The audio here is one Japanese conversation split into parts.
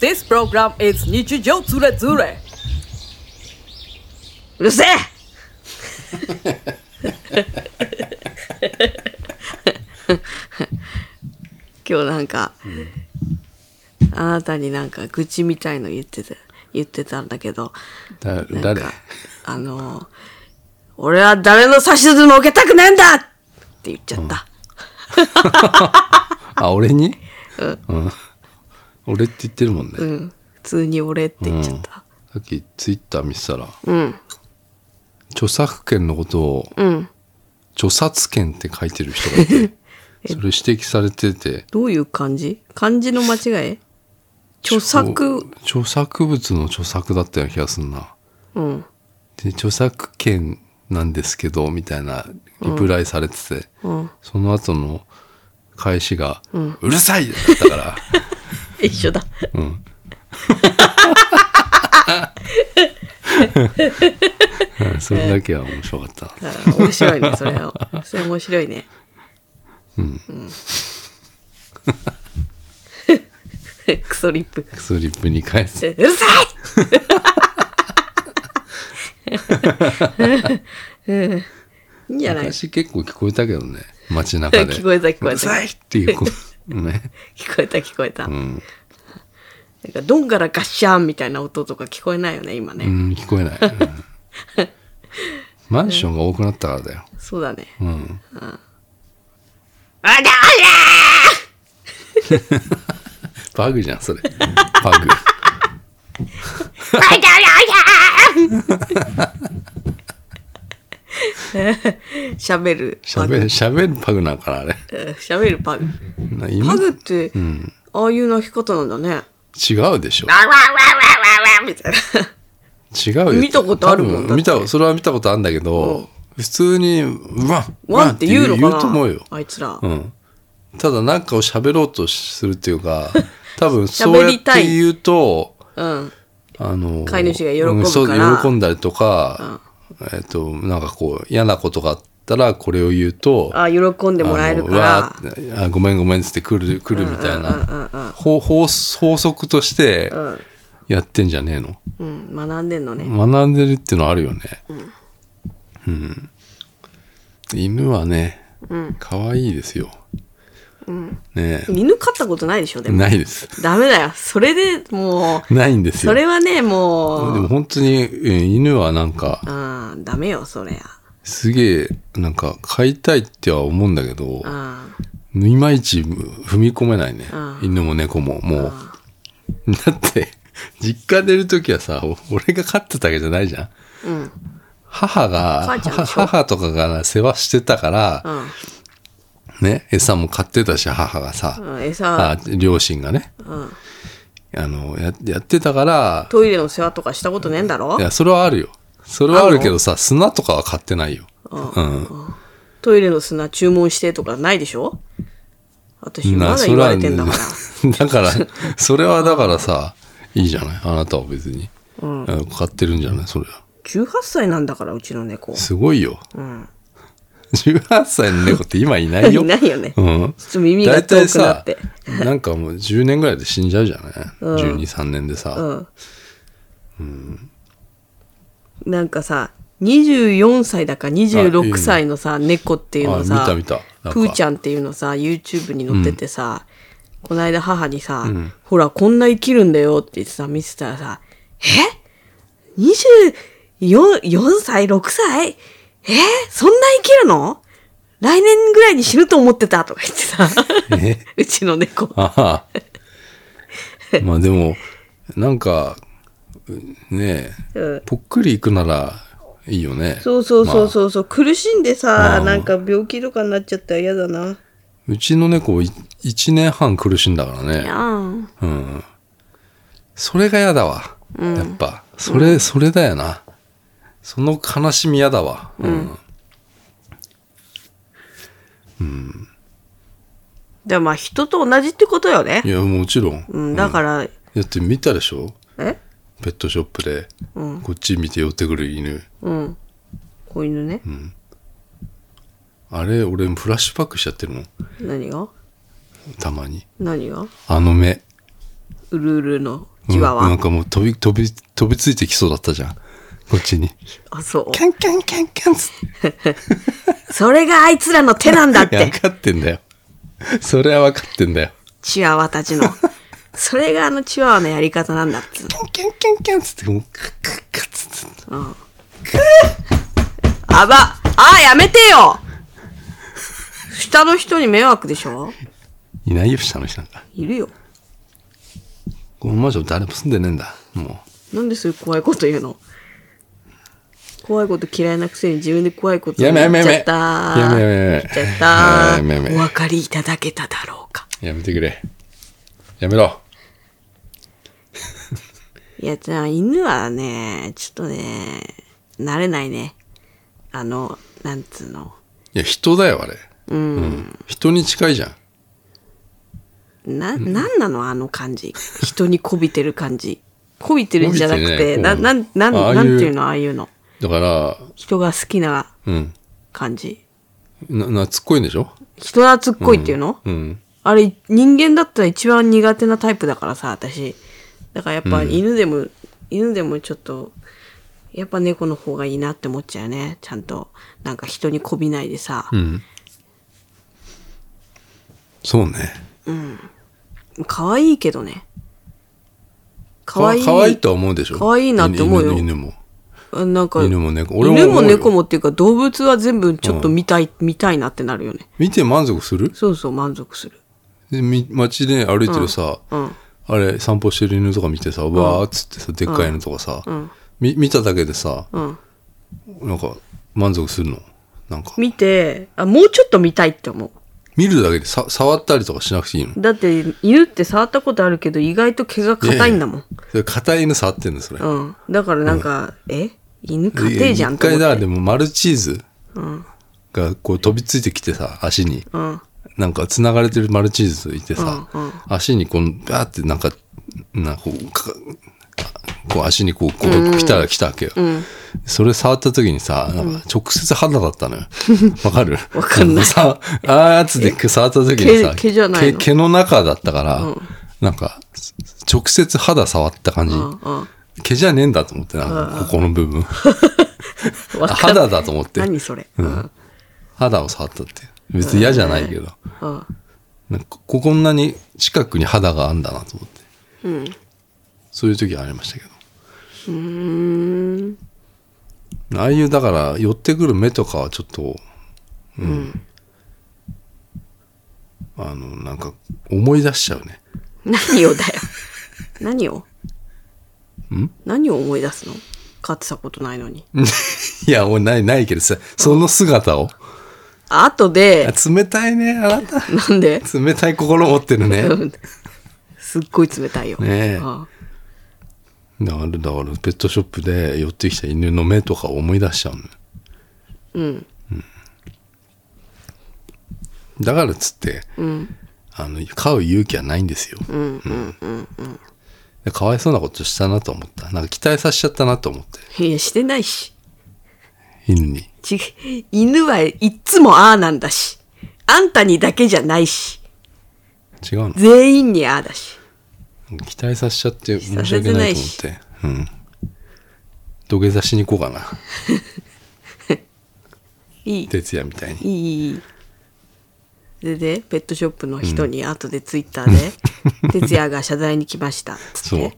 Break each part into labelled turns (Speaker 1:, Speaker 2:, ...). Speaker 1: This program is 日常ズレズレ
Speaker 2: うるせえ今日なんか、あなたになんか愚痴みたいの言ってて言ってたんだけど
Speaker 3: だ
Speaker 2: なん
Speaker 3: 誰
Speaker 2: かあの俺は誰の指図も受けたくねえんだって言っちゃった、
Speaker 3: あ俺に、うん、俺って言ってるもんね、
Speaker 2: うん普通に俺って言っちゃっ
Speaker 3: さ
Speaker 2: た、
Speaker 3: っきツイッター見てたら、著作権のことを、著作権って書いてる人がい てそれ指摘されてて
Speaker 2: どういう感じ漢字の間違い著作
Speaker 3: 著作物の著作だったような気がすんな、で著作権なんですけどみたいなリプライされてて、その後の返しが「うるさい!」だったから
Speaker 2: 一緒だ
Speaker 3: うんそれだけは面白かったな
Speaker 2: あ面白いねそれ をそれ面白いねうん、クソリップ
Speaker 3: スリップに返す
Speaker 2: うるさいうんいいんじゃない聞
Speaker 3: 私結構聞こえたけどね街中で
Speaker 2: 聞こえた聞こえた
Speaker 3: うるさいっていうこね
Speaker 2: こえた聞こえた、
Speaker 3: うん、
Speaker 2: なんかどんがらガッシャンみたいな音とか聞こえないよね今ね、
Speaker 3: うん、聞こえない、うんマンションが多くなったからだよ
Speaker 2: そうだね
Speaker 3: うん
Speaker 2: あだ
Speaker 3: バグじゃんそれバグ
Speaker 2: あだあだあだ喋る
Speaker 3: しゃべしゃべるバグなんかなあれ
Speaker 2: うん喋るパグ
Speaker 3: な今
Speaker 2: パグって、ああいう鳴き方なんだね。
Speaker 3: 違うでしょ
Speaker 2: わわわわわわみ たいな。
Speaker 3: 違うよ
Speaker 2: 見たことあるもん
Speaker 3: 多分
Speaker 2: だって
Speaker 3: 見たそれは見たことあるんだけど、普通に「ワン
Speaker 2: わんって言うのかな
Speaker 3: 言うと思うよ
Speaker 2: あいつら。
Speaker 3: うん、ただなんかを喋ろうとするってい うか多分そう
Speaker 2: 喋
Speaker 3: やっ
Speaker 2: りたい
Speaker 3: て言うと
Speaker 2: うん。
Speaker 3: あの
Speaker 2: 飼い主が喜ぶから
Speaker 3: うんそう喜んだりとか、えっとなんかこう嫌なことがあったらこれを言うと
Speaker 2: あ喜んでもらえるか
Speaker 3: あ
Speaker 2: ら
Speaker 3: のう。わーってあごめんごめんっつって来る来るみたい
Speaker 2: うんうんうん
Speaker 3: な法法法則として
Speaker 2: ん
Speaker 3: やってんじゃねえの、
Speaker 2: うん。学んでんのね。
Speaker 3: 学んでるっていうのはあるよねうん、犬はね可愛、いいですよ、ねえ
Speaker 2: 犬飼ったことないでしょ、でも。
Speaker 3: ないです
Speaker 2: ダメだよ。それでもう、
Speaker 3: ないんですよ
Speaker 2: それはね、
Speaker 3: で
Speaker 2: も
Speaker 3: も
Speaker 2: う、
Speaker 3: 本当にうん犬はなんか
Speaker 2: あダメよ、そりゃ。
Speaker 3: すげえなんか飼いたいっては思うんだけど
Speaker 2: あ
Speaker 3: いまいち踏み込めないね
Speaker 2: うん
Speaker 3: 犬も猫ももうだって実家出る時はさお俺が飼ってたわけじゃないじゃん
Speaker 2: うん。
Speaker 3: 母が
Speaker 2: 母ちゃんでしょ
Speaker 3: 母とかが世話してたから、
Speaker 2: うん。
Speaker 3: ね餌も買ってたし母がさ、
Speaker 2: うん、餌、
Speaker 3: あ両親がね
Speaker 2: うん、
Speaker 3: あのややってたから
Speaker 2: トイレの世話とかしたことねえんだろ
Speaker 3: いやそれはあるよそれはあるけどさ砂とかは買ってないよ、うん、
Speaker 2: トイレの砂注文してとかないでしょ私、まだ
Speaker 3: それ
Speaker 2: 言わ
Speaker 3: は
Speaker 2: れてんだから。
Speaker 3: だから、それはだからさ、いいじゃないあなたは別に。うん買ってるんじゃないそれは。
Speaker 2: 18歳なんだから、うちの猫。
Speaker 3: すごいよ。
Speaker 2: うん。
Speaker 3: 18歳の猫って今いない
Speaker 2: い
Speaker 3: よ。
Speaker 2: ないよね。
Speaker 3: うん。
Speaker 2: ちょっと耳が遠くなっ
Speaker 3: さ
Speaker 2: て。、
Speaker 3: なんかもう10年ぐらいで死んじゃうじゃない、
Speaker 2: うん
Speaker 3: ?12、3年で
Speaker 2: う
Speaker 3: さ。
Speaker 2: ん。なんかさ、24歳だか
Speaker 3: あいい
Speaker 2: 26
Speaker 3: ね
Speaker 2: 歳のさ、猫っていうのさ
Speaker 3: あ、見た見たなんか
Speaker 2: プーちゃんっていうのさ、YouTube に載っててさ、こないだ母にさ、ほら、こんな生きるんだよって言ってさ、見せたらさ、え ?24 4歳 ?6 歳えそんな生きるの来年ぐらいに死ぬと思ってたとか言って さ、
Speaker 3: え
Speaker 2: うちの猫。
Speaker 3: ああ。まあでも、なんか、ね
Speaker 2: うん
Speaker 3: え、ぽっくりいくならいいよね。
Speaker 2: そうそうそう
Speaker 3: う。
Speaker 2: そうそう、苦しんで
Speaker 3: ま
Speaker 2: さ
Speaker 3: あ
Speaker 2: なんか病気とかになっちゃったら嫌だな
Speaker 3: うちの猫い1年半苦しんだからね。
Speaker 2: あ
Speaker 3: うん。それが嫌だわ。やっぱ。それ、それだよな。その悲しみ嫌だわ。うん。
Speaker 2: でもまあ人と同じってことよね
Speaker 3: いや、もちろん。
Speaker 2: うんだから、
Speaker 3: だって見たでしょ
Speaker 2: え
Speaker 3: ペットショップで。こっち見て寄ってくる犬。
Speaker 2: うん子犬ね、
Speaker 3: あれ、俺フラッシュバックしちゃってるもん。
Speaker 2: 何が
Speaker 3: たまに。
Speaker 2: 何が
Speaker 3: あの目。
Speaker 2: うるうるのチワワ、
Speaker 3: うんなんかもう飛び、飛び、飛びついてきそうだったじゃん。こっちに。
Speaker 2: あそ
Speaker 3: キャンキャンキャンキャンつっ。
Speaker 2: うそれがあいつらの手なんだってて
Speaker 3: 分かってんだよ。それは分かってんだよ。
Speaker 2: チワワた ちのそれがあのチワワのやり方なんだっつうの
Speaker 3: キャンキャンキャンキャンつって、もう、カッカッカッつって。
Speaker 2: あばあーやめてよ下の人に迷惑でしょ
Speaker 3: いないよ、下の人なんか。
Speaker 2: いるよ
Speaker 3: このマンション誰も住んでねえんだ。も
Speaker 2: なんでそういう怖いこと言うの怖いこと嫌いなくせに自分で怖いこと言っち
Speaker 3: やめやめやめ
Speaker 2: ゃった
Speaker 3: やめやめやめ
Speaker 2: 言っちゃった
Speaker 3: やめやめ
Speaker 2: お分かりいただけただろうか
Speaker 3: う、やめてくれ。やめろ。
Speaker 2: いや、じゃあ犬はね、ちょっとね、慣れないね。あの、なんつうの。
Speaker 3: いや、人だよ、あれ。うん。人に近いじゃん。
Speaker 2: な、なんなのあの感じ。人に媚びてる感じ。媚びてるんじゃなく
Speaker 3: 媚びて
Speaker 2: て、
Speaker 3: ね
Speaker 2: な、なん、なん、
Speaker 3: ああいう
Speaker 2: なんていうのああいうの。
Speaker 3: だから、
Speaker 2: 人が好きな
Speaker 3: うん。
Speaker 2: 感じ。
Speaker 3: な、な、つっこいんでしょ
Speaker 2: 人懐っこいっていうの、
Speaker 3: うん。
Speaker 2: あれ、人間だったら一番苦手なタイプだからさ、私。だからやっぱ犬でも、犬でもちょっと、やっぱ猫の方がいいなって思っちゃうね。ちゃんと、なんか人に媚びないでさ。
Speaker 3: うん。そうね。
Speaker 2: 可愛いけどね。
Speaker 3: か
Speaker 2: 可
Speaker 3: わ
Speaker 2: 愛い
Speaker 3: い可愛いとは思うでしょ
Speaker 2: 可愛いなって思うよ
Speaker 3: 犬犬も。
Speaker 2: あなんか、
Speaker 3: 犬も猫俺も思う
Speaker 2: 犬も
Speaker 3: よ
Speaker 2: 猫もっていうか動物は全部ちょっと見たい、見たいなってなるよね。
Speaker 3: 見て満足する
Speaker 2: そうそう、満足する。
Speaker 3: でみ街で歩いてるさ、
Speaker 2: うん。
Speaker 3: あれ散歩してる犬とか見てさ、わーっつってさ、でっかいのとかさ、み見ただけでさ、
Speaker 2: ん
Speaker 3: なんか満足するのなんか、
Speaker 2: 見て、あ、もうちょっと見たいって思う。
Speaker 3: 見るだけでさ触ったりとかしなくていいの
Speaker 2: だって、犬って触ったことあるけど、意外と毛が硬いんだもん。
Speaker 3: それ硬い犬触ってんのそれ。
Speaker 2: うん。だからなんか、え犬
Speaker 3: で
Speaker 2: 硬いじゃん
Speaker 3: 一
Speaker 2: と思
Speaker 3: 回だ、
Speaker 2: って。
Speaker 3: でもマルチーズがこう飛びついてきてさ、足に。
Speaker 2: うん。
Speaker 3: なんか繋がれてるマルチーズいてさ、
Speaker 2: うんうん
Speaker 3: 足にこう、ガーってなんか、なんかこう、かこう足にこう、こう来たら来たわけよ。それ触った時にさ、なんか直接肌だっ たのよ。わかる
Speaker 2: わかんない
Speaker 3: さ、あーっつって触った時にさ、
Speaker 2: 毛毛じゃないの
Speaker 3: 毛毛の中だったから、なんか、直接肌触った感じ。
Speaker 2: うん。うん。
Speaker 3: 毛じゃねえんだと思って、なんかここの部分。
Speaker 2: わかん
Speaker 3: 肌だと思っ て。
Speaker 2: 何それ。うん。
Speaker 3: 肌を触ったって。別に嫌じゃないけど。
Speaker 2: うん。
Speaker 3: なんかここんなに近くに肌があんだなと思って
Speaker 2: うん。
Speaker 3: そういう時はありましたけどああいうだから寄ってくる目とかはちょっとうん、あのなんか思い出しちゃうね
Speaker 2: 何をだよ。 何を何を思い出すの飼ってたことないのに。
Speaker 3: いや俺ないないけどさその姿を
Speaker 2: あ後 で、
Speaker 3: あ冷たいねあなた
Speaker 2: なんで
Speaker 3: 冷たい心持ってるね
Speaker 2: うんすっごい冷たいよ。
Speaker 3: ねえ
Speaker 2: あ
Speaker 3: だからだからペットショップで寄ってきた犬の目とかを思い出しちゃうの
Speaker 2: うん。
Speaker 3: だからっつって、
Speaker 2: ん
Speaker 3: あの飼う勇気はないんですよ、でかわいそうなことしたなと思ったなんか期待させちゃったなと思って
Speaker 2: いや、してないし。
Speaker 3: 犬に
Speaker 2: ち犬はいっつもああなんだし。あんたにだけじゃないし。
Speaker 3: 違うの
Speaker 2: 全員にああだし。
Speaker 3: 期待させちゃって申し訳ないと思ってうん土下座しに行こうかない
Speaker 2: い、
Speaker 3: 哲也みたいに
Speaker 2: いい、いい。でで、ペットショップの人に後でツイッター で、哲也が謝罪に来ました。つっ
Speaker 3: そう
Speaker 2: て。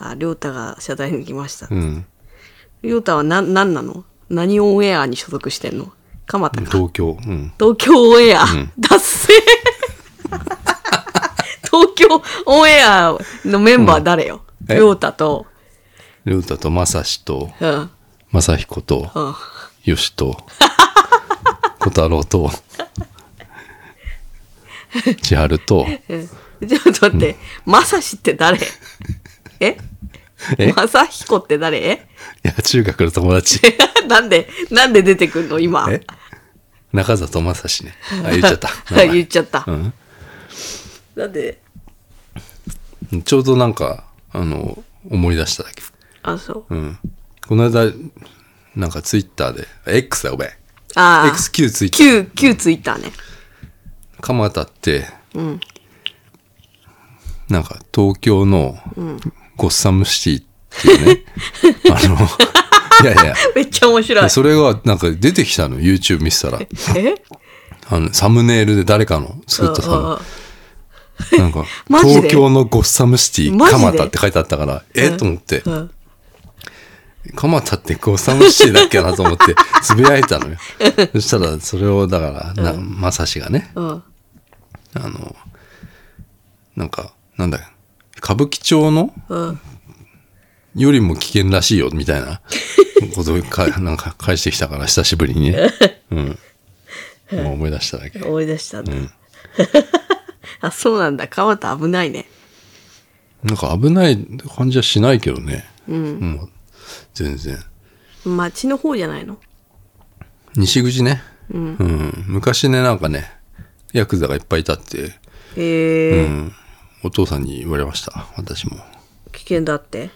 Speaker 2: あ、りょうたが謝罪に来ました。
Speaker 3: うん
Speaker 2: りょうたはな、なんなの何オンエアに所属してんの蒲田か。
Speaker 3: 東京うん
Speaker 2: 東京オンエア。達成 東京オンエアのメンバー誰よ、
Speaker 3: え
Speaker 2: りょうたと、
Speaker 3: 亮太と正志と
Speaker 2: うん、
Speaker 3: 正彦と
Speaker 2: うん。
Speaker 3: よしと小太郎と千春と
Speaker 2: うんちょっと待って、まさしって誰え
Speaker 3: え
Speaker 2: まさひこって誰
Speaker 3: いや中学の友達
Speaker 2: なんで、なんで出てくるの今。。
Speaker 3: え中里正史ね。あ、言っちゃった
Speaker 2: はい言っちゃった。
Speaker 3: ん
Speaker 2: なんで、
Speaker 3: うんちょうどなんか、あの、思い出しただけ。
Speaker 2: あ、そう。
Speaker 3: うん。この間、なんかツイッターで、X だおめえ。
Speaker 2: ああ、
Speaker 3: XQ ツイッター。
Speaker 2: 旧、旧ツイッターね。
Speaker 3: 蒲田って、なんか東京のゴッサムシティっていう ね、あの、いやいや、
Speaker 2: めっちゃ面白い。
Speaker 3: それがなんか出てきたの、YouTube 見せた ら。
Speaker 2: え
Speaker 3: あの、サムネイルで誰かの作ったサム
Speaker 2: うんうんうん
Speaker 3: なんか、
Speaker 2: マジで
Speaker 3: 東京のゴッサムシティ、
Speaker 2: マジで
Speaker 3: 蒲田って書いてあったから、え
Speaker 2: うん
Speaker 3: と思って、
Speaker 2: うん
Speaker 3: 蒲田ってゴッサムシティだっけなと 思って、つぶやいたのよ。そしたら、それを、だから、なまさしがね、
Speaker 2: うん。
Speaker 3: あの、なんか、なんだ歌舞伎町の
Speaker 2: うん。
Speaker 3: よりも危険らしいよ、みた いなことをか、なんか返してきたから、久しぶり にね。うん。今思い出しただけ。
Speaker 2: 思い出したんだ。
Speaker 3: ん
Speaker 2: あ、そうなんだ。川田危ないね。
Speaker 3: なんか危ない感じはしないけどね。もう全然。
Speaker 2: 町の方じゃないの
Speaker 3: 西口ね、うん昔ねなんかねヤクザがいっぱいいたって、
Speaker 2: ええ
Speaker 3: うんお父さんに言われました私も、
Speaker 2: 危険だって。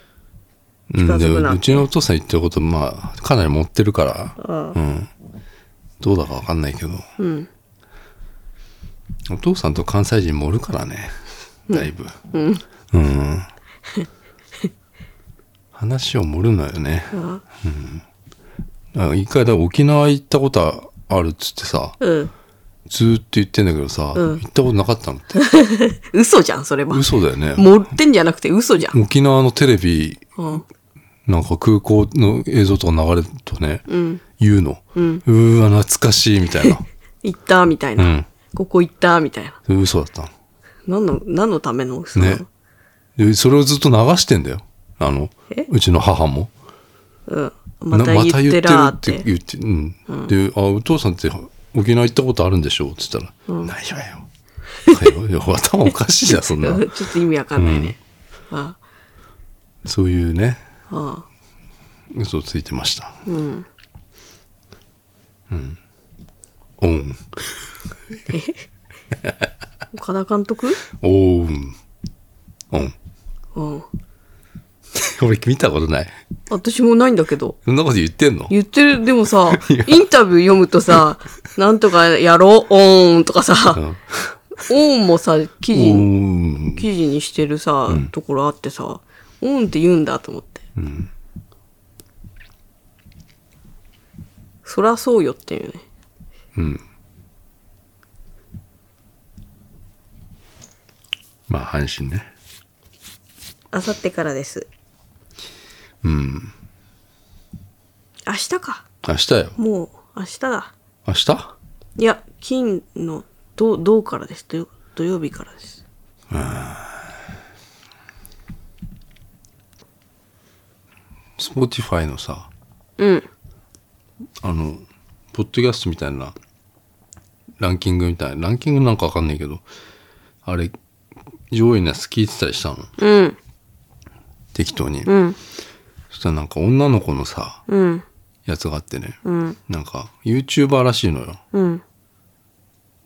Speaker 3: うん、
Speaker 2: 近づくなって
Speaker 3: うちのお父さん言ってることまあかなり持ってるから、うん、どうだかわかんないけど、お父さんと関西人盛るからねだいぶうん、話を盛るのよね、うん、あ一回だから沖縄行ったことあるっつってさ、
Speaker 2: うん。
Speaker 3: ずーっと言ってんだけどさ、行ったことなかったのって。
Speaker 2: 嘘じゃん、それは。
Speaker 3: 嘘だよね。
Speaker 2: 盛ってんじゃなくて嘘じゃん。
Speaker 3: 沖縄のテレビ、
Speaker 2: うん。
Speaker 3: なんか空港の映像とか流れるとね、言うの。うーわ、懐かしいみた いな。
Speaker 2: 行ったみたいな。
Speaker 3: うん
Speaker 2: ここ行ったみたいな。
Speaker 3: 嘘だったの。
Speaker 2: 何の、何のための嘘なの、
Speaker 3: ね。で、それをずっと流してんだよ。あの
Speaker 2: え、
Speaker 3: うちの母も。
Speaker 2: うん。ま
Speaker 3: な
Speaker 2: た言ってらーって。
Speaker 3: 言ってるって言って、うん。で、あ、お父さんって沖縄行ったことあるんでしょって言ったら、ないわよ。はいよ頭おかし いじゃん、そんな。
Speaker 2: ちょっと意味わかんないね。あ
Speaker 3: そういうね、
Speaker 2: あ、
Speaker 3: 嘘ついてましたうんうんオン
Speaker 2: 岡田監督
Speaker 3: オンオン
Speaker 2: うん。
Speaker 3: 俺見たことない
Speaker 2: 私もないんだけど。
Speaker 3: そんなこと言ってんの
Speaker 2: 言ってる、でもさ、 インタビュー読むと さ、なんとかやろう、オーンとか
Speaker 3: う
Speaker 2: さ、
Speaker 3: ん
Speaker 2: オーンもさ、記
Speaker 3: オ
Speaker 2: 事に、
Speaker 3: ン
Speaker 2: 記事にしてるさ、ところあってさ、オーンって言うんだと思って。そらそうよっていうね。
Speaker 3: まあ阪神ね
Speaker 2: あさってからです。
Speaker 3: うん
Speaker 2: 明日か。
Speaker 3: 明日よ
Speaker 2: もう、明日だ。
Speaker 3: 明日
Speaker 2: いや、金の、ど、どうからです。土曜土曜日からです。
Speaker 3: スポーティファイのさ
Speaker 2: うん。
Speaker 3: あのポッドキャストみたいなランキングみたいなランキングなんかわかんないけどあれ上位のやつ聞いてたりしたの
Speaker 2: うん。
Speaker 3: 適当に、
Speaker 2: うん。
Speaker 3: そしたらなんか女の子のさ
Speaker 2: うん。
Speaker 3: やつがあってね、
Speaker 2: うん。
Speaker 3: なんか YouTuber らしいのよ
Speaker 2: うん。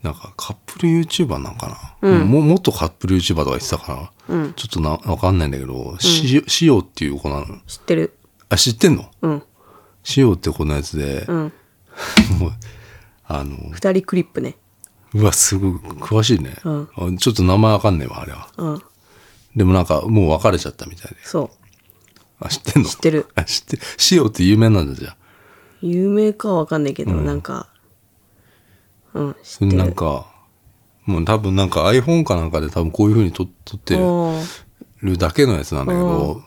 Speaker 3: なんかカップル YouTuber なんかな、も元カップル YouTuber とか言ってたから、ちょっとなわかんないんだけど、ししおっていう子なの
Speaker 2: 知ってる。
Speaker 3: あ知ってんの
Speaker 2: うん。
Speaker 3: しおって子のやつで、
Speaker 2: うん。
Speaker 3: もうあの
Speaker 2: 二人クリップね。
Speaker 3: うわすごい詳しいね、
Speaker 2: うん
Speaker 3: あちょっと名前わかんねえわあれは
Speaker 2: うん。
Speaker 3: でもなんかもう別れちゃったみたいで
Speaker 2: そ
Speaker 3: あ知ってんの
Speaker 2: 知ってる
Speaker 3: あ知ってしおって有名なんだじゃん
Speaker 2: う。有名かはわかんないけど、なんか、うん、知っ
Speaker 3: そ
Speaker 2: て
Speaker 3: れ
Speaker 2: る。
Speaker 3: なんかもう多分なんか iPhone かなんかで多分こういうふうに撮撮ってる
Speaker 2: おー
Speaker 3: るだけのやつなんだけど、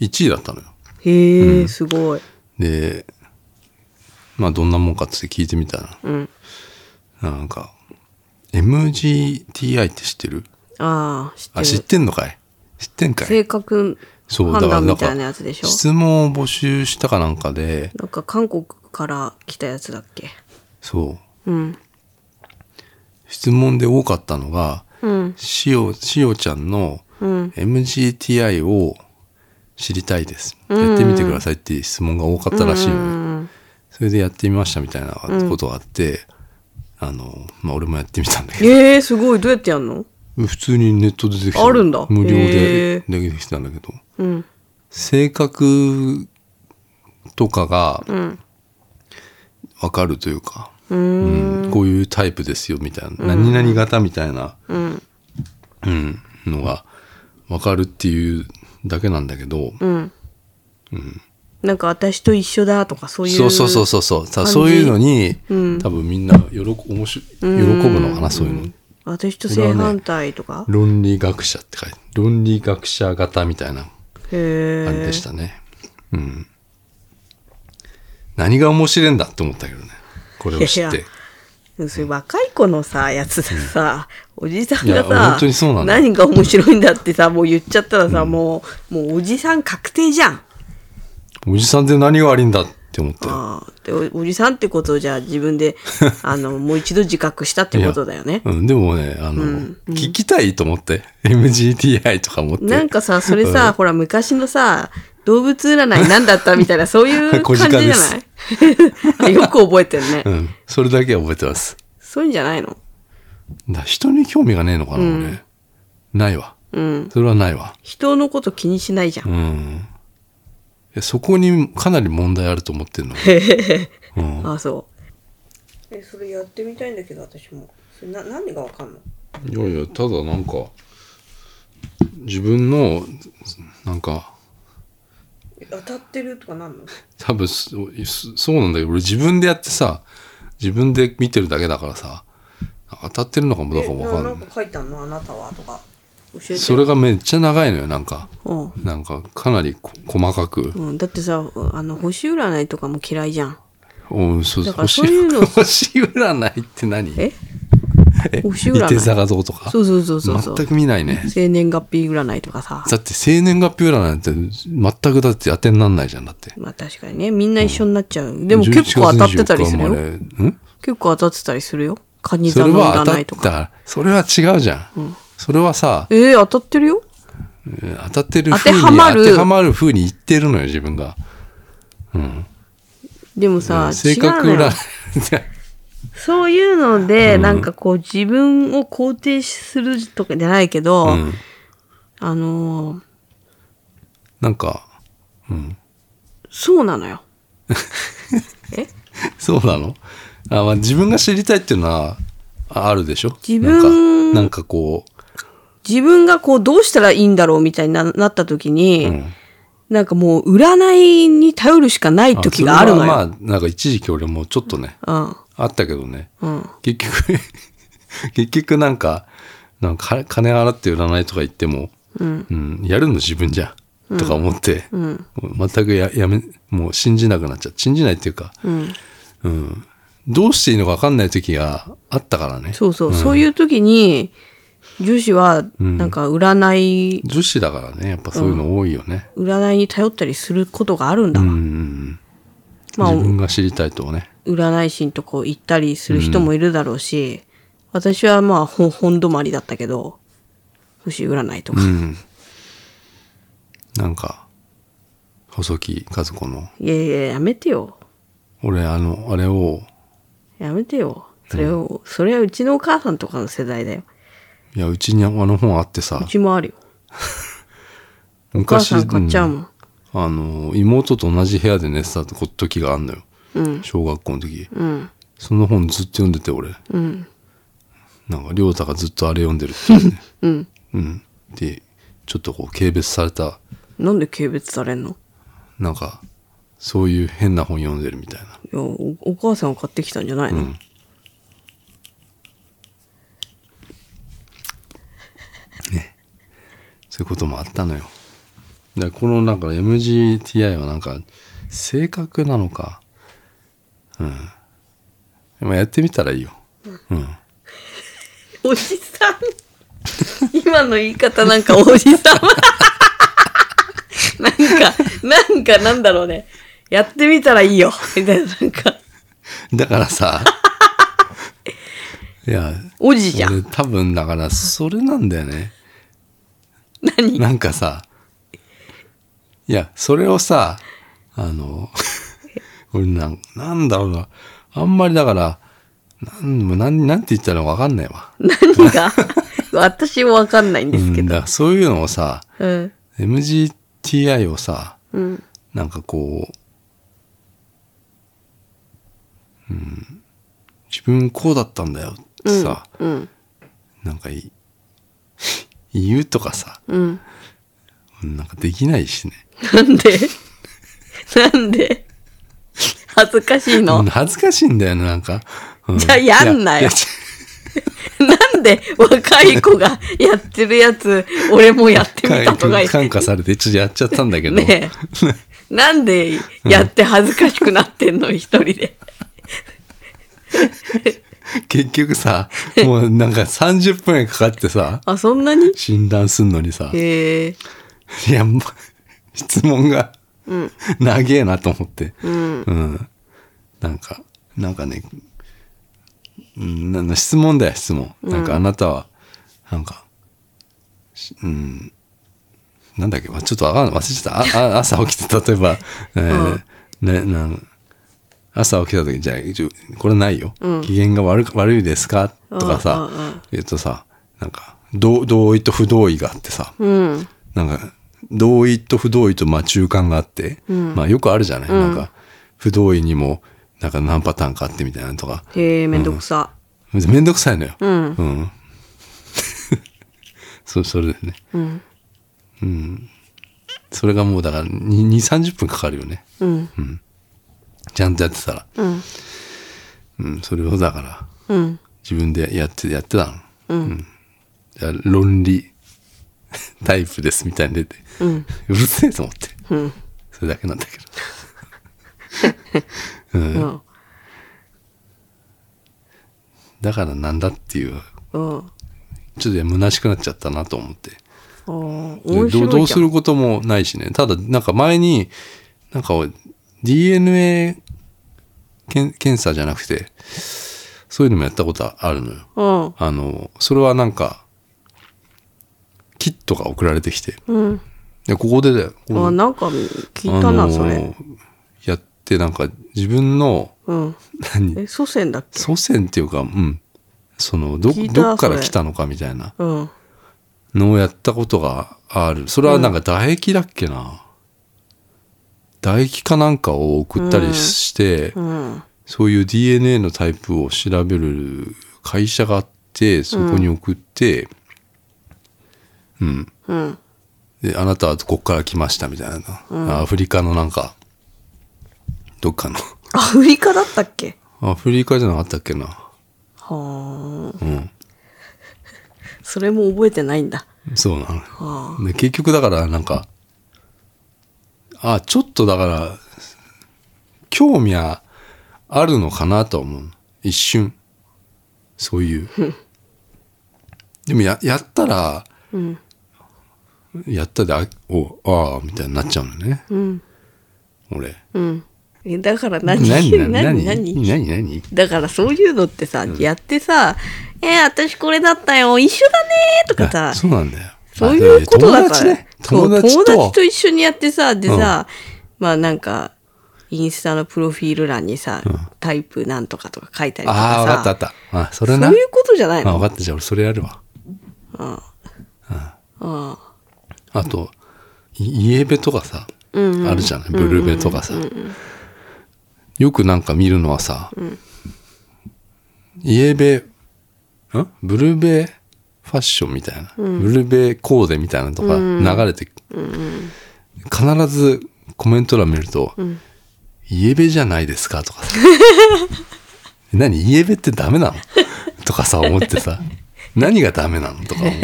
Speaker 3: 1位だったのよ。
Speaker 2: へえ、すごい。
Speaker 3: で、まあどんなもんかって聞いてみたら、
Speaker 2: うん。
Speaker 3: なんか、MGTI って知ってる
Speaker 2: ああ、知って
Speaker 3: あ、
Speaker 2: る。
Speaker 3: 知ってんのかい知ってんかい
Speaker 2: 性格
Speaker 3: そう、
Speaker 2: 判
Speaker 3: だから
Speaker 2: 断
Speaker 3: なん
Speaker 2: み
Speaker 3: か
Speaker 2: たいなやつでしょ
Speaker 3: 質問を募集したかなんかで、
Speaker 2: なんか韓国から来たやつだっけ
Speaker 3: そう、
Speaker 2: うん。
Speaker 3: 質問で多かったのが、
Speaker 2: うん。
Speaker 3: しお、しおちゃんの
Speaker 2: うん。
Speaker 3: MGTI を知りたいです。やってみてくださいっていう質問が多かったらしいのよ。
Speaker 2: うん。
Speaker 3: それでやってみましたみたいなことがあって、あの、まあ、俺もやってみたんだけ
Speaker 2: ええすごい。どうやってやんの
Speaker 3: ど、普通にネットでできたの
Speaker 2: あるんだ
Speaker 3: 無料
Speaker 2: へ
Speaker 3: で
Speaker 2: ー
Speaker 3: できてきたんだけど、
Speaker 2: うん。
Speaker 3: 性格とかが
Speaker 2: うん。
Speaker 3: わかるというか、
Speaker 2: うーん。
Speaker 3: うんこういうタイプですよみたいな、何々型みたいな、
Speaker 2: うん。
Speaker 3: うん、のがわかるっていうだけなんだけど、
Speaker 2: なんか私と一緒だとかそういう
Speaker 3: そうそうそうそうそうさそういうのに、多分みんな喜面白い喜ぶのかなそういうの、
Speaker 2: 私と正反対とか、
Speaker 3: 論理学者って書いて論理学者型みたいな
Speaker 2: へ
Speaker 3: あれ
Speaker 2: え
Speaker 3: でしたね、うん何が面白いんだって思ったけどねこれを知って
Speaker 2: いやいやそれ若い子のさやつでさ、おじさんが
Speaker 3: いや
Speaker 2: さ
Speaker 3: 本当にそうなんだ
Speaker 2: 何が面白いんだってさもう言っちゃったらさ、もうもうおじさん確定じゃん
Speaker 3: おじさんって何が悪いんだって思ったよ
Speaker 2: あーでおおじさんってことをじゃあ自分 であのもう一度自覚したってことだよね
Speaker 3: うん、でもねあの、聞きたいと思って MGTI とか思って
Speaker 2: なんか さそれさ、
Speaker 3: うん
Speaker 2: ほら昔のさ動物占い何だったみ たいなそういう
Speaker 3: 小
Speaker 2: 感じ
Speaker 3: 鹿
Speaker 2: じゃない
Speaker 3: で
Speaker 2: あよく覚えてるね、
Speaker 3: うん、それだけは覚えてます
Speaker 2: そういうんじゃないの
Speaker 3: だ人に興味がねえのかな、俺ないわ
Speaker 2: うん
Speaker 3: それはないわ
Speaker 2: 人のこと気にしないじゃん、
Speaker 3: うんいやそこにかなり問題あると思ってるの、うん、
Speaker 2: ああそうえそれやってみたいんだけど私もそれな何がわかんの
Speaker 3: いやいやただなんか自分のなんか
Speaker 2: 当たってるとかなんの
Speaker 3: 多分そそうなんだけど俺自分でやってさ自分で見てるだけだからさ当たってるのかもどうかもわかんない
Speaker 2: か書いてあるのあなたはとか教えて
Speaker 3: それがめっちゃ長いのよなんか
Speaker 2: うん
Speaker 3: なんかかなりこ細かく、
Speaker 2: うん、だってさあの星占いとかも嫌いじゃん
Speaker 3: うん、そう
Speaker 2: だから
Speaker 3: 星
Speaker 2: そういう の
Speaker 3: 星占いって何
Speaker 2: え星
Speaker 3: いて
Speaker 2: 占
Speaker 3: 座
Speaker 2: い
Speaker 3: がどうとか
Speaker 2: そうそうそうそうそう
Speaker 3: 全く見ないね
Speaker 2: 生年月日占いとかさ
Speaker 3: だって生年月日占いって全くだって当てになんないじゃんだって
Speaker 2: まあ確かにねみんな一緒になっちゃう、でも結構当たってたりするよ
Speaker 3: 11月24日生まれん
Speaker 2: 結構当たってたりするよカニ
Speaker 3: そ
Speaker 2: 座
Speaker 3: れ
Speaker 2: の
Speaker 3: は当た
Speaker 2: 占いとか
Speaker 3: ったそれは違うじゃん、それはさ
Speaker 2: えー、当たってるよ
Speaker 3: うん当たってる
Speaker 2: 当てはまる
Speaker 3: 当てはまる風に言ってるのよ自分が
Speaker 2: でもさ、
Speaker 3: 性
Speaker 2: 違う
Speaker 3: 格
Speaker 2: の
Speaker 3: 占
Speaker 2: よ
Speaker 3: い
Speaker 2: そういうので、なんかこう自分を肯定するとかじゃないけど、
Speaker 3: うん
Speaker 2: あのー
Speaker 3: なんかうん
Speaker 2: そうなのよ。え
Speaker 3: そうなのあ、まあ、自分が知りたいっていうのはああるでしょ
Speaker 2: 自分
Speaker 3: なんかなんかこ
Speaker 2: 自分がこうどうしたらいいんだろうみたいにななった時に、
Speaker 3: う、うん、
Speaker 2: なんかもう占いに頼るしかない時があるのよ。
Speaker 3: あそれはまあなんか一時期俺もちょっとね、あったけどね
Speaker 2: うん。うん。
Speaker 3: 結局 結局なんかなんか金金払って占いとか言っても、
Speaker 2: うん
Speaker 3: やるの自分じゃんとか思って、
Speaker 2: ん
Speaker 3: もう全くややめもう信じなくなっちゃう信じないっていうか、
Speaker 2: うん。
Speaker 3: うん、どうしていいのか分かんない時があったからね
Speaker 2: そうそう。そういう時に、女子は、なんか占い、
Speaker 3: 女子だからねやっぱそういうの多いよね、
Speaker 2: 占いに頼ったりすることがあるんだ
Speaker 3: う
Speaker 2: わ。
Speaker 3: んうん
Speaker 2: まあ
Speaker 3: 自分が知りたいとね
Speaker 2: 占い師のとこ行ったりする人もいるだろうし、私はまあほ本止まりだったけど、星占いとか、
Speaker 3: うんなんか細木和子の
Speaker 2: いやいや、やめてよ。
Speaker 3: 俺あのあれを
Speaker 2: やめてよ。それを、それはうちのお母さんとかの世代だよ。
Speaker 3: いやうちにあの本あってさ
Speaker 2: うちもあるよ。お母
Speaker 3: 昔
Speaker 2: さん買っちゃうもん。
Speaker 3: あの、妹と同じ部屋で寝てた時があんのよ。
Speaker 2: うん、
Speaker 3: 小学校の時。
Speaker 2: うん、
Speaker 3: その本ずっと読んでて、俺。
Speaker 2: うん、
Speaker 3: なんか、りょうたがずっとあれ読んでるっていうね。
Speaker 2: うん。
Speaker 3: うん。で、ちょっとこう、軽蔑された、
Speaker 2: なんで軽蔑されんの
Speaker 3: なんか、そういう変な本読んでるみたいな。
Speaker 2: いやお、お母さんが買ってきたんじゃないの、
Speaker 3: うんそういうこともあったのよ。で、このなんか MGTI はなんか、性格なのか。うん。まあやってみたらいいよ。うん。
Speaker 2: おじさん今の言い方なんかおじさんなんか、なんかなんだろうね。やってみたらいいよ。みたいな、なんか、
Speaker 3: だからさ、 いや、
Speaker 2: おじじゃん。
Speaker 3: 俺多分だからそれなんだよね。
Speaker 2: 何
Speaker 3: なんかさ、いや、それをさ、あの、 俺なん、なんだろうな、あんまりだから、なん、なん、なんて言ったらわかんないわ。
Speaker 2: 何が私もわかんないんですけ
Speaker 3: うん、だ
Speaker 2: ど。
Speaker 3: からそういうのをさ、
Speaker 2: うん。
Speaker 3: MGTI をさ、
Speaker 2: うん。
Speaker 3: なんかこう、うん、自分こうだったんだよってさ、
Speaker 2: うん。
Speaker 3: なんかい 言うとかさ、
Speaker 2: うん。
Speaker 3: なんかできないしね。
Speaker 2: なんでなんで恥ずかしいの、
Speaker 3: 恥ずかしいんだよね、なんか。う
Speaker 2: じゃあやんなよ
Speaker 3: いやいや
Speaker 2: なんで若い子がやってるやつ、俺もやってみたとか言って
Speaker 3: 感化されてちょっとやっちゃったんだけど、
Speaker 2: ねえ。なんでやって恥ずかしくなってんの、一人で。
Speaker 3: 結局さもうなんか30分円かかって さ
Speaker 2: あ、そんなに
Speaker 3: 診断すんのにさ
Speaker 2: へえ。
Speaker 3: いやもう質問が長えなと思って、うんなんかなんかねうんなんだ質問だよ質問なんかあなたはなんかしうんなんだっけわちょっとわかんない忘れちゃったああ朝起きて例え ば、えーね、なん朝起きた時じゃあ一応これないよ、機嫌が悪く悪いですかとか
Speaker 2: う
Speaker 3: さ、
Speaker 2: んうんうん
Speaker 3: 言うとさなんか同同意と不同意があってさ、
Speaker 2: うん。
Speaker 3: なんか同意と不同意とまあ中間があって、まあよくあるじゃない、なんか不同意にもなんか何パターンかあってみたいなのとか
Speaker 2: へえ、めんどくさ。
Speaker 3: めんどくさいのよ、
Speaker 2: うん。
Speaker 3: うん そそれでねうん、それがもうだから2 3 0分かかるよね
Speaker 2: うん。
Speaker 3: ちゃんとやってたら
Speaker 2: うん。
Speaker 3: うんそれをだから
Speaker 2: うん。
Speaker 3: 自分でやってやってたのうん、じゃあ論理 タイプですみたいに出て、うるせえと思って
Speaker 2: うん。
Speaker 3: それだけなんだけど
Speaker 2: うん。
Speaker 3: だからなんだっていう
Speaker 2: うん。
Speaker 3: ちょっと虚しくなっちゃったなと思って
Speaker 2: あー
Speaker 3: でど
Speaker 2: 面白いじゃ
Speaker 3: うんどうすることもないしねただなんか前になんか DNA 検検査じゃなくてそういうのもやったことあるのよ
Speaker 2: うん。
Speaker 3: あのそれはなんかキットが送られてきて
Speaker 2: うん。
Speaker 3: でここでだよこ
Speaker 2: あ、
Speaker 3: の
Speaker 2: なんか聞いた
Speaker 3: あ
Speaker 2: な、
Speaker 3: の
Speaker 2: それ。
Speaker 3: やってなんか自分の
Speaker 2: うん。
Speaker 3: 何
Speaker 2: え、祖先だっけ
Speaker 3: 祖先っていうかうんそのど
Speaker 2: 聞いた
Speaker 3: どっから
Speaker 2: それ
Speaker 3: 来たのかみたいな
Speaker 2: うん。
Speaker 3: のをやったことがある。それはなんか唾液だっけな。唾液かなんかを送ったりして、
Speaker 2: うん。
Speaker 3: そういう DNA のタイプを調べる会社があって、そこに送って、うん。
Speaker 2: うん。
Speaker 3: で、あなたはここから来ましたみたいな。アフリカのなんか、どっかの。
Speaker 2: アフリカだったっけ
Speaker 3: アフリカじゃなかったっけな。
Speaker 2: はあ。
Speaker 3: うん。
Speaker 2: それも覚えてないんだ。
Speaker 3: そうなの。
Speaker 2: は
Speaker 3: で結局だからなんかあちょっとだから興味はあるのかなとは思う一瞬そういう でもややったら、やったであおああみたいになっちゃうのね、
Speaker 2: ん
Speaker 3: 俺
Speaker 2: あ。うん。え、だから何
Speaker 3: 何何
Speaker 2: 何
Speaker 3: 何
Speaker 2: 何
Speaker 3: 何何何
Speaker 2: だからそういうのってさ、やってさ、えー、私これだったよ、一緒だねーとかさ
Speaker 3: あ、そうなんだよ
Speaker 2: そういうことだから。そう友達
Speaker 3: 友達ね友達と
Speaker 2: と一緒にやってさ、でさ、まあなんか、インスタのプロフィール欄にさ、タイプなんとかとか書いたりとか
Speaker 3: あ
Speaker 2: さ。
Speaker 3: あ分かった分かったあそれ
Speaker 2: そ
Speaker 3: な
Speaker 2: ういうことじゃない
Speaker 3: あ
Speaker 2: の
Speaker 3: 分かったじゃあ俺それやるわ
Speaker 2: あ
Speaker 3: あと、いイエベとかさ、あるじゃない、ブルベとかさ。よくなんか見るのはさ、イエベ、んブルベファッションみたいな、ブルベコーデみたいなのとか流れて、必ずコメント欄見ると、イエベじゃないですかとかさ。何イエベってダメなの とかさ、思ってさ。何がダメなのとか思う。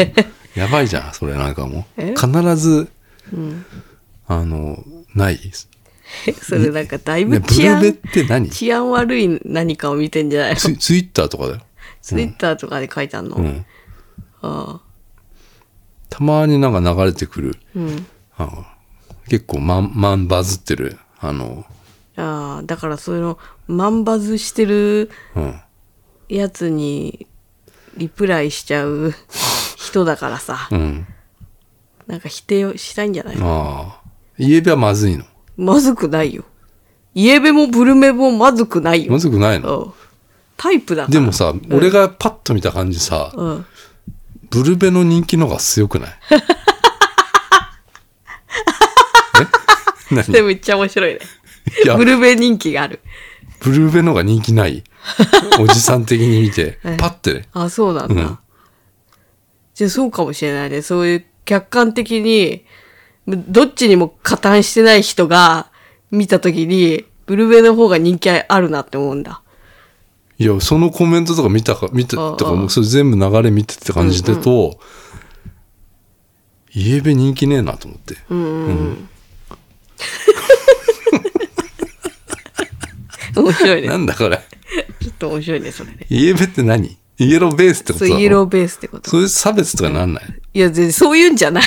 Speaker 3: やばいじゃん、それなんかもう。
Speaker 2: え
Speaker 3: 必ず、あの、ない。
Speaker 2: あ。それなんか だい
Speaker 3: ね、
Speaker 2: ぶ
Speaker 3: ブ
Speaker 2: 治
Speaker 3: ル
Speaker 2: 安、
Speaker 3: ベって何ツ
Speaker 2: 治安悪い何かを見てんじゃないの
Speaker 3: イツイッターとかだよ。
Speaker 2: ツイッターとかで書いてあんの、
Speaker 3: うん。
Speaker 2: あ
Speaker 3: たまになんか流れてくる、
Speaker 2: あうん。
Speaker 3: あの結構まん、まんバズってる、あの、
Speaker 2: ああ、だからその、マンバズしてる
Speaker 3: うん。
Speaker 2: やつに、リプライしちゃ う人だからさ、
Speaker 3: うん。
Speaker 2: なんか否定をしたいんじゃないの
Speaker 3: ああ。イエベはまずいの。
Speaker 2: まずくないよ。イエベもブルメもまずくないよ。
Speaker 3: まずくないの。
Speaker 2: うんタイプだから。
Speaker 3: でもさ、俺がパッと見た感じさ、
Speaker 2: うん。
Speaker 3: ブルベの人気の方が強くない え何
Speaker 2: それめっちゃ面白いね。
Speaker 3: いや
Speaker 2: ブルベ人気がある。
Speaker 3: ブルーベの方が人気ない おじさん的に見て、パッてね。
Speaker 2: あ、そうなんだ。
Speaker 3: うん
Speaker 2: じゃあそうかもしれないね。そういう客観的に、どっちにも加担してない人が見たときに、ブルベの方が人気あるなって思うんだ。
Speaker 3: いや、そのコメントとか見たか、見て
Speaker 2: ああ
Speaker 3: とか、もうそれ全部流れ見てって感じでと、イエベ人気ねえなと思って。
Speaker 2: 面白いね
Speaker 3: な。んだこれ。
Speaker 2: ちょっと面白いね、それね。
Speaker 3: イエベって何イエローベースってこと
Speaker 2: そう、
Speaker 3: だ
Speaker 2: イエ
Speaker 3: ろ
Speaker 2: ローベースってこと。
Speaker 3: そういう差別とかなんない
Speaker 2: いや、全然そういうんじゃ ない。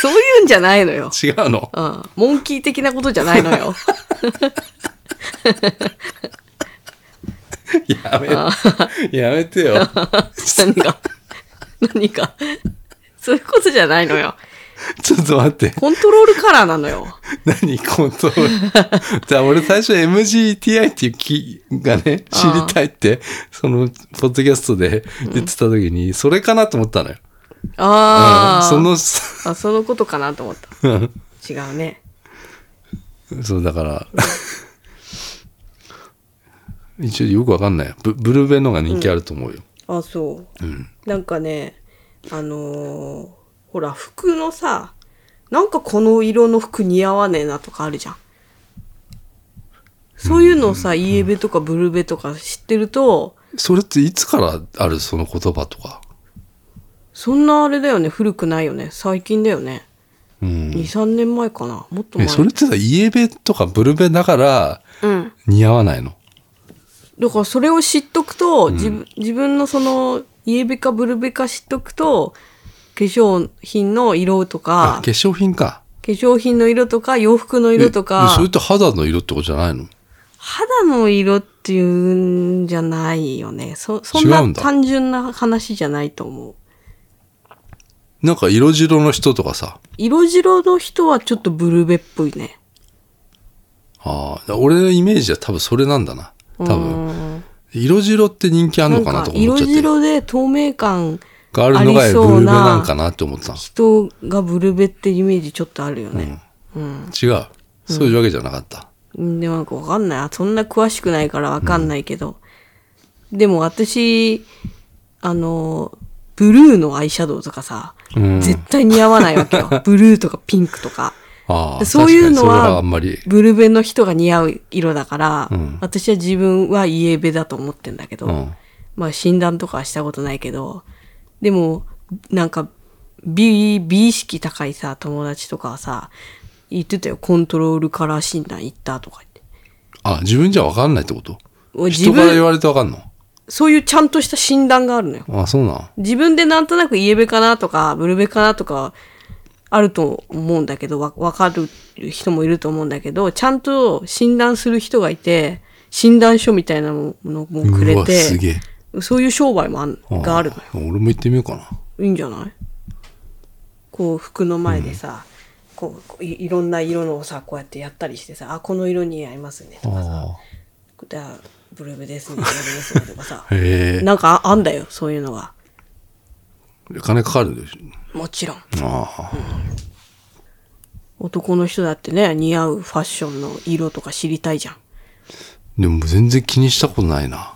Speaker 2: そういうんじゃないのよ。
Speaker 3: 違う の
Speaker 2: うん。モンキー的なことじゃないの よ。
Speaker 3: やめ、やめて よ。
Speaker 2: 何か、何か、そういうことじゃないのよ。
Speaker 3: ちょっと待って。
Speaker 2: コントロールカラーなのよ。
Speaker 3: 何コントロール。じゃあ俺最初 MGTI っていう木がね、知りたいって、その、ポッドキャストで言ってた時に、それかなと思ったのよ。
Speaker 2: ああ、
Speaker 3: その、
Speaker 2: あ、そのことかなと思った。
Speaker 3: うん
Speaker 2: 違うね。
Speaker 3: そう、だから、 一応よくわかんない。ブブルーベの方が人気あると思うよ。
Speaker 2: あ、そう。なんかね、あのーほら、服のさ、なんかこの色の服似合わねえなとかあるじゃん。そういうのをさ、イエベとかブルベとか知ってると、
Speaker 3: それっていつからあるその言葉とか。
Speaker 2: そんなあれだよね、古くないよね。最近だよね。
Speaker 3: うん。
Speaker 2: 2、3年前かな。もっと前。
Speaker 3: え、それってさ、イエベとかブルーベだから
Speaker 2: うん。
Speaker 3: 似合わないの。
Speaker 2: だからそれを知っとくと、自分自分のその、イエベかブルベか知っとくと、化粧品の色とか、
Speaker 3: あ化粧品か。
Speaker 2: 化粧品の色とか、洋服の色と
Speaker 3: えそ
Speaker 2: か
Speaker 3: れっ、て肌の色ってことじゃないの
Speaker 2: 肌の色っていうんじゃないよね。そ、そん
Speaker 3: 違う
Speaker 2: なん
Speaker 3: だ
Speaker 2: 単純な話じゃないと思う。
Speaker 3: なんか色白の人とかさ。
Speaker 2: 色白の人はちょっとブルベっぽいね。
Speaker 3: ああ、俺のイメージは多分それなんだな。多分。
Speaker 2: 分。
Speaker 3: 色白って人気あん
Speaker 2: な
Speaker 3: の
Speaker 2: ん
Speaker 3: かな
Speaker 2: か
Speaker 3: とか思
Speaker 2: 色
Speaker 3: っちゃって。
Speaker 2: 白で透明感
Speaker 3: があるの
Speaker 2: あ
Speaker 3: が
Speaker 2: り
Speaker 3: ブル
Speaker 2: そうな
Speaker 3: ーベなんかなって思ってた。
Speaker 2: 人がブルベってイメージちょっとあるよね。
Speaker 3: 違う。そういうわけじゃなかった。
Speaker 2: うん、でもなんかわかんない。そんな詳しくないからわかんないけど。でも私、あの、ブルーのアイシャドウとかさ、
Speaker 3: うん
Speaker 2: 絶対似合わないわけ よ。ブルーとかピンクとか。
Speaker 3: ああ、
Speaker 2: そういうの
Speaker 3: 確かにそれ
Speaker 2: は
Speaker 3: はあんまり。
Speaker 2: ブルベの人が似合う色だから、
Speaker 3: うん
Speaker 2: 私は自分はイエベだと思ってんだけど、
Speaker 3: うん
Speaker 2: まあ診断とかはしたことないけど、でも、なんか、美、美意識高いさ、友達とかはさ、言ってたよ、コントロールカラー診断行ったとか言って。
Speaker 3: あ、自分じゃ分かんないってこと
Speaker 2: もう自
Speaker 3: 人から言
Speaker 2: 分、
Speaker 3: われて分かんの
Speaker 2: そういうちゃんとした診断があるのよ。
Speaker 3: あ、そうなん。
Speaker 2: 自分でなんとなくイエベかなとか、ブルベかなとか、あると思うんだけど、わ、わかる人もいると思うんだけど、ちゃんと診断する人がいて、診断書みたいなものもく
Speaker 3: う
Speaker 2: れ
Speaker 3: わ、すげ
Speaker 2: て、
Speaker 3: え。
Speaker 2: そういう商売もあんがあるのよ。
Speaker 3: あ俺も行ってみようかな。
Speaker 2: いいんじゃないこう、服の前でさ、こうこうい、いろんな色のをさ、こうやってやったりしてさ、あ、この色に合いますねとかさ、
Speaker 3: あ
Speaker 2: じゃあ、ブルベですね、イエベですねとかさ
Speaker 3: あ。、へ
Speaker 2: なんかああんだよ、そういうのが。
Speaker 3: え。金かかるでし
Speaker 2: もちろん。
Speaker 3: ょ。ああ。
Speaker 2: 男の人だってね似合うファッションの色とか知りたいじゃん
Speaker 3: でも全然気にしたことないな。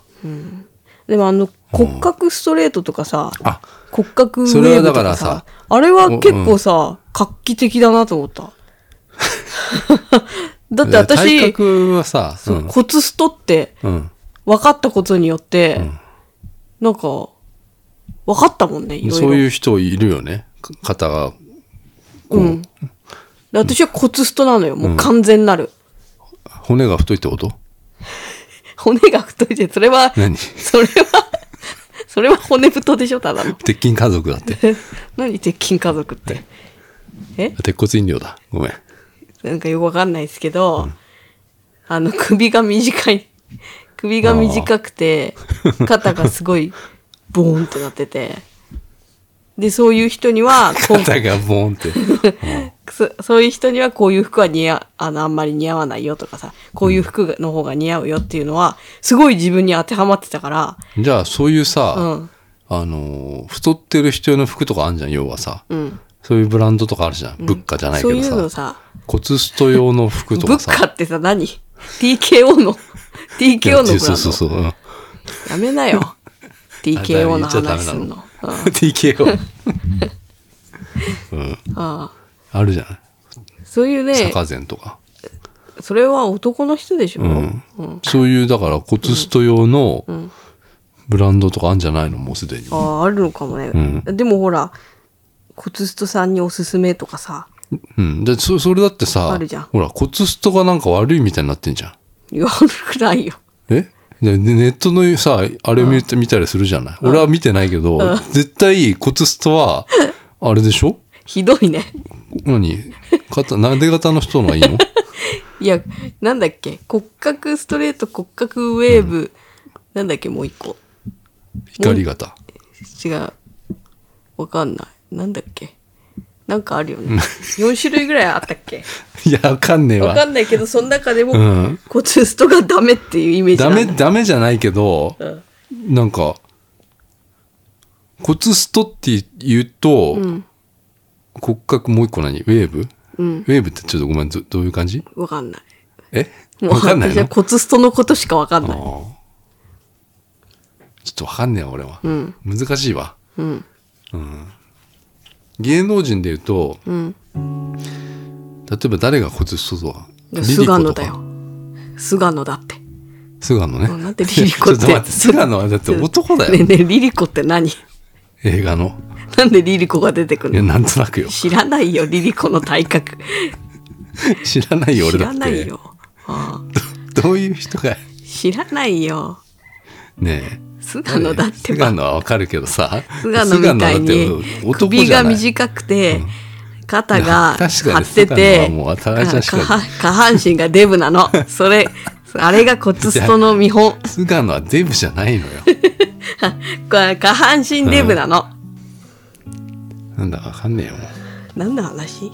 Speaker 2: でもあの骨格ストレートとかさ、
Speaker 3: あ、
Speaker 2: 骨格ウ
Speaker 3: それ
Speaker 2: ェ
Speaker 3: は
Speaker 2: ーブ
Speaker 3: だ
Speaker 2: と
Speaker 3: から
Speaker 2: か
Speaker 3: さ
Speaker 2: さあれは結構さ、画期的だなと思った だって
Speaker 3: 体
Speaker 2: 私、
Speaker 3: 格はさ、う。
Speaker 2: そうん骨ストって
Speaker 3: うん。
Speaker 2: 分かったことによって、
Speaker 3: ん
Speaker 2: なんか分かったもんねいろいろ
Speaker 3: そういう人いるよね。か方が。
Speaker 2: うん、で私は骨ストなのよもう完全なる、
Speaker 3: 骨が太いってこと
Speaker 2: 骨が太いでそれは
Speaker 3: 何
Speaker 2: それはそれは骨太でしょただの
Speaker 3: 鉄筋家族だって。
Speaker 2: 何鉄筋家族って。え
Speaker 3: 鉄骨飲料だ。ごめん。
Speaker 2: なんかよくわかんないですけど、あの、首が短い。首が短くて、肩がすごい、ボーンってなってて。で、そういう人には、こ う
Speaker 3: 肩がボーンって。
Speaker 2: そそういう人にはこういう服は似合あのあんまり似合わないよとかさ、こういう服の方が似合うよっていうのは、すごい自分に当てはまってたから、
Speaker 3: じゃあ、そういうさ、
Speaker 2: うん
Speaker 3: あのー、太ってる人用の服とかあるじゃん、要はさ。
Speaker 2: うん。
Speaker 3: そういうブランドとかあるじゃん。ブッカじゃないけ
Speaker 2: そう
Speaker 3: ど
Speaker 2: いうの
Speaker 3: さ。
Speaker 2: さ、
Speaker 3: 骨スト用の服と
Speaker 2: ブ
Speaker 3: か
Speaker 2: ッカ
Speaker 3: さ。
Speaker 2: ってさ何 ?TKO の、TKO のブランド。
Speaker 3: そうそうそう。うん
Speaker 2: やめなよ。TKO の
Speaker 3: あダメ言っちゃダメ
Speaker 2: 話
Speaker 3: な
Speaker 2: す
Speaker 3: の
Speaker 2: んの。あ
Speaker 3: TKO。
Speaker 2: あ。
Speaker 3: あるじゃない
Speaker 2: そういうね、
Speaker 3: 坂膳とか、
Speaker 2: それは男の人でしょ、
Speaker 3: うんそういうだから骨スト用のブランドとかあるんじゃないのもうすでに
Speaker 2: ああ、あるのかもね。
Speaker 3: う
Speaker 2: でもほら、コツストさんにおすすめとかさ、
Speaker 3: うんでそそれだってさ
Speaker 2: あるじゃん
Speaker 3: ほら骨ストがなんか悪いみたいになってんじゃん
Speaker 2: 言わくないよ。
Speaker 3: えででネットのさあれ見て見たりするじゃない、俺は見てないけど、絶対骨ストはあれでしょ
Speaker 2: ひどいね。
Speaker 3: 何肩なで型の人のが いいの
Speaker 2: いや、なんだっけ骨格ストレート、骨格ウェーブ、なんだっけもう一個。
Speaker 3: 光型
Speaker 2: 違う。わかんない。なんだっけなんかあるよね。4種類ぐらいあったっ け
Speaker 3: いやわかんねえ
Speaker 2: わか
Speaker 3: わ
Speaker 2: んないけど、その中でも、
Speaker 3: うん
Speaker 2: コツストがダメっていうイメージ
Speaker 3: ダ
Speaker 2: なんだ
Speaker 3: メダメじゃないけど、
Speaker 2: うん
Speaker 3: なんか骨ストって言うと、骨格もう一個何ウェーブ、ウェーブってちょっとごめんどどういう感じ
Speaker 2: わかんない。
Speaker 3: え
Speaker 2: もう
Speaker 3: わかんない
Speaker 2: 私
Speaker 3: の
Speaker 2: はコツストのことしかわかん
Speaker 3: あ
Speaker 2: ない。
Speaker 3: ーちょっとわかんねえわ俺は、難しいわ、
Speaker 2: うん。
Speaker 3: 芸能人で言うと、
Speaker 2: ん
Speaker 3: 例えば誰が骨ストとかリリ
Speaker 2: 菅
Speaker 3: コとか
Speaker 2: 野だよ。菅野だって。
Speaker 3: 菅野ね
Speaker 2: うんなんでリリコって
Speaker 3: ちょと待って菅野はだって男だよ、
Speaker 2: ねえねえ、リリコって何
Speaker 3: 映画の
Speaker 2: なんでリリコが出てく
Speaker 3: いや
Speaker 2: るの
Speaker 3: なんとなくよ
Speaker 2: 知らないよ、リリコの体格。
Speaker 3: 知らないよ
Speaker 2: 知
Speaker 3: 俺だっ
Speaker 2: ら
Speaker 3: て
Speaker 2: ないよ。ああ
Speaker 3: どういう人が
Speaker 2: 知らないよ。
Speaker 3: ねえ
Speaker 2: 菅野だってば
Speaker 3: 菅野はわかるけどさ
Speaker 2: 菅野みたい
Speaker 3: 菅野
Speaker 2: に
Speaker 3: だって男
Speaker 2: 首
Speaker 3: じゃ
Speaker 2: が
Speaker 3: ない
Speaker 2: 短くて肩が
Speaker 3: 確か
Speaker 2: 張
Speaker 3: に
Speaker 2: って
Speaker 3: 菅
Speaker 2: て
Speaker 3: 野はもう
Speaker 2: か
Speaker 3: 新しい確かに
Speaker 2: 下半身がデブなのそれあれが骨ストの見本
Speaker 3: 菅野はデブじゃないのよ
Speaker 2: か下半身デブなの、
Speaker 3: なんだかわかんねえよも
Speaker 2: 何の話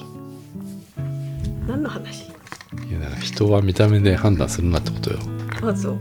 Speaker 2: 何の話
Speaker 3: ういやだから人は見た目で判断するなってことよ
Speaker 2: まずを